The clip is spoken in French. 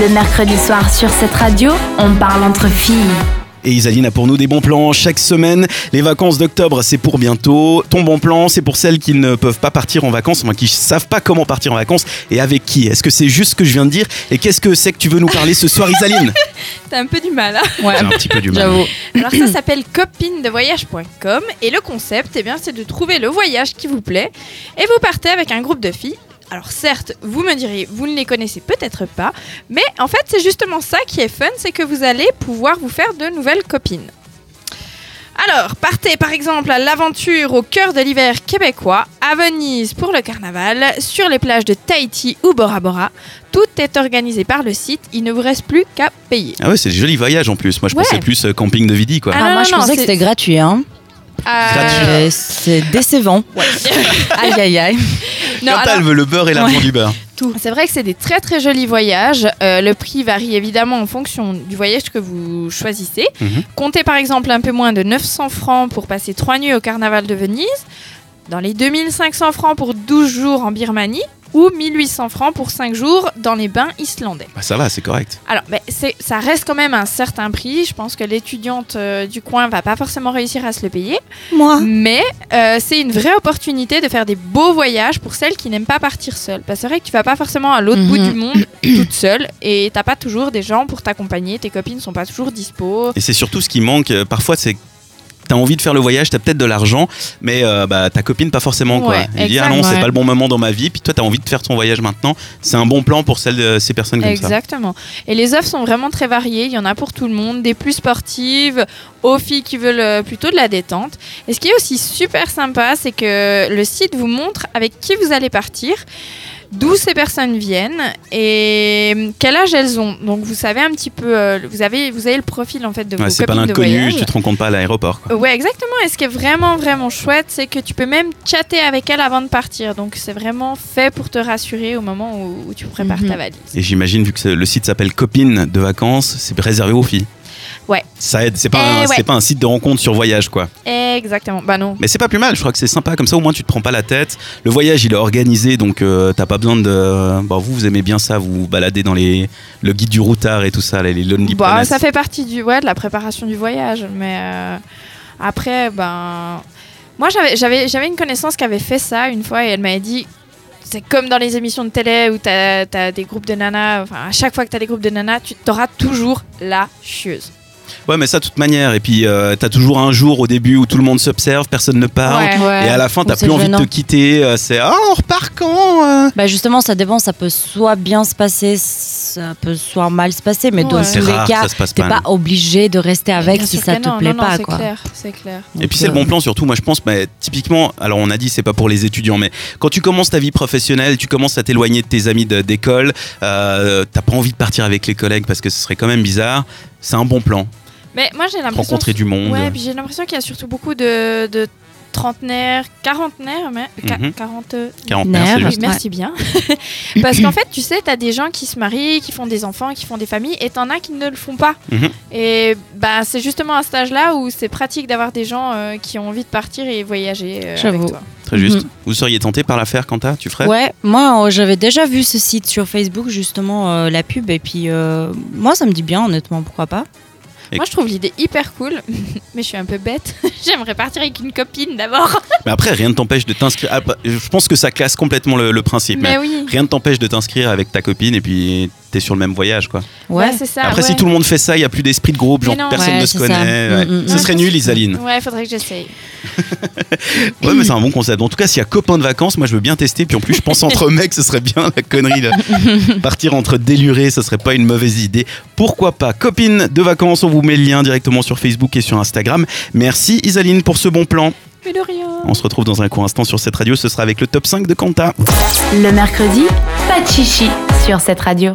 Le mercredi soir sur cette radio, on parle entre filles. Et Isaline a pour nous des bons plans chaque semaine. Les vacances d'octobre, c'est pour bientôt. Ton bon plan, c'est pour celles qui ne peuvent pas partir en vacances, enfin qui ne savent pas comment partir en vacances et avec qui. Est-ce que c'est juste ce que je viens de dire Et qu'est-ce que c'est que tu veux nous parler ce soir, Isaline T'as un peu du mal. hein. J'ai un petit peu du mal. J'avoue. Alors ça s'appelle copinedevoyage.com et le concept, eh bien, c'est de trouver le voyage qui vous plaît et vous partez avec un groupe de filles. Alors certes, vous me direz, vous ne les connaissez peut-être pas, mais en fait, c'est justement ça qui est fun, c'est que vous allez pouvoir vous faire de nouvelles copines. Alors, partez par exemple à l'aventure au cœur de l'hiver québécois, à Venise pour le carnaval, sur les plages de Tahiti ou Bora Bora. Tout est organisé par le site, il ne vous reste plus qu'à payer. Ah ouais, c'est des jolis voyages en plus. Moi, je Ouais. pensais plus euh, camping de Vidi, quoi. Ah, Ah, non, moi, non, je non, pensais que c'est- c'était gratuit. Hein. Gratuit. Euh, C'est décevant. aïe, aïe, aïe. Non, Quentin, alors- elle veut le beurre et l'argent du beurre. C'est vrai que c'est des très très jolis voyages. Euh, le prix varie évidemment en fonction du voyage que vous choisissez. Mhm. Comptez par exemple un peu moins de 900 francs pour passer 3 nuits au carnaval de Venise, dans les 2500 francs pour 12 jours en Birmanie ou 1800 francs pour 5 jours dans les bains islandais. Bah, ça va, c'est correct. Alors, ben, c'est- ça reste quand même un certain prix. Je pense que l'étudiante euh, du coin va pas forcément réussir à se le payer. Moi. Mais euh, c'est une vraie opportunité de faire des beaux voyages pour celles qui n'aiment pas partir seules. Parce que c'est vrai que tu vas pas forcément à l'autre Mhm. bout du monde toute seule et t'as pas toujours des gens pour t'accompagner. Tes copines sont pas toujours dispo. Et c'est surtout ce qui manque. euh, Parfois, c'est que t'as envie de faire le voyage, t'as peut-être de l'argent, mais euh, bah, ta copine pas forcément quoi. Ouais, Elle dit ah exact. non, c'est Ouais. pas le bon moment dans ma vie. Puis toi, t'as envie de faire ton voyage maintenant. C'est un bon plan pour celles de ces personnes comme ça. Exactement. Et les offres sont vraiment très variées. Il y en a pour tout le monde, des plus sportives, aux filles qui veulent euh, plutôt de la détente. Et ce qui est aussi super sympa, c'est que le site vous montre avec qui vous allez partir, d'où ces personnes viennent et euh, quel âge elles ont. Donc vous savez un petit peu, euh, vous avez, vous avez le profil en fait de Ouais, vos c'est pas copines de l'inconnu, voyage. tu te rends compte pas à l'aéroport. quoi. Ouais, exactement. Et ce qui est vraiment, vraiment chouette, c'est que tu peux même chatter avec elles avant de partir. Donc, c'est vraiment fait pour te rassurer au moment où, où tu prépares Mhm. ta valise. Et j'imagine, vu que c'est- le site s'appelle Copines de vacances, c'est réservé aux filles. Ouais. Ça aide, c'est pas, Eh un- c'est ouais. pas un site de rencontre sur voyage quoi. Exactement. Bah non, Mais c'est pas plus mal, je crois que c'est sympa, comme ça au moins tu te prends pas la tête. Le voyage il est organisé donc euh, t'as pas besoin de. Bon, vous vous aimez bien ça, vous vous baladez dans les... le guide du routard et tout ça, les les Lonely Bah, Planets. ça fait partie du, ouais, de la préparation du voyage. Mais euh, après, ben. Moi, j'avais- j'avais j'avais une connaissance qui avait fait ça une fois et elle m'avait dit. C'est comme dans les émissions de télé où t'as as des groupes de nanas. Enfin, à chaque fois que t'as des groupes de nanas, tu t'auras toujours la chieuse. Ouais, mais ça, de toute manière. Et puis, euh, t'as toujours un jour au début où tout le monde s'observe, personne ne parle. Ouais. Ah, Et à la fin, t'as Ou c'est plus envie de gênant. te quitter. euh, C'est ah, on repart quand euh Bah justement, ça dépend. Ça peut soit bien se passer, ça peut soit mal se passer, mais dans Ouais. tous C'est les rare, cas, ça se passe t'es mal. pas obligé de rester avec Bien si sûr ça que te non, plaît non, non, pas, c'est quoi. clair, c'est clair. Et puis, c'est euh, le bon plan, surtout. Moi, je pense, mais typiquement, alors on a dit, c'est pas pour les étudiants, mais quand tu commences ta vie professionnelle, tu commences à t'éloigner de tes amis de- d'école, euh, t'as pas envie de partir avec les collègues parce que ce serait quand même bizarre. C'est un bon plan. Mais moi, j'ai l'impression Rencontrer du monde. Ouais, puis j'ai l'impression qu'il y a surtout beaucoup de, de trentenaires, quarantenaires, mais qua- Mhm. quarante. Quarantenaire, c'est Nerf. Oui, juste. merci bien. Parce qu'en fait, tu sais, t'as des gens qui se marient, qui font des enfants, qui font des familles, et t'en as qui ne le font pas. Mhm. Et bah, c'est justement à cet âge-là où c'est pratique d'avoir des gens euh, qui ont envie de partir et voyager euh, avec J'avoue. toi. Très juste. Vous seriez tenté par l'affaire, Quentin Tu ferais Mm-hmm. Ouais, moi euh, j'avais déjà vu ce site sur Facebook justement euh, la pub et puis euh, moi ça me dit bien honnêtement pourquoi pas. Et- Moi, je trouve l'idée hyper cool, mais je suis un peu bête. J'aimerais partir avec une copine d'abord. Mais après, rien ne t'empêche de t'inscrire. Ah, Je pense que ça casse complètement le, le principe. mais Mais oui. Rien ne t'empêche de t'inscrire avec ta copine et puis t'es sur le même voyage quoi. Ouais. Bah, c'est ça. Après si ouais. tout le monde fait ça, il y a plus d'esprit de groupe, genre Mais non. personne Ouais, ne se c'est ça. connaît. ouais. Mm, mm, Ce mm. serait nul Isaline. Ouais, faudrait que j'essaye. Ouais mais c'est un bon concept. En tout cas s'il y a copain de vacances, moi je veux bien tester. Puis en plus je pense entre mecs, ce serait bien la connerie de partir entre délurés, ce serait pas une mauvaise idée. Pourquoi pas Copine de vacances, on vous met le lien directement sur Facebook et sur Instagram. Merci Isaline pour ce bon plan. Mais de rien. On se retrouve dans un court instant sur cette radio, ce sera avec le top 5 de Quanta. Le mercredi, pas de chichi sur cette radio.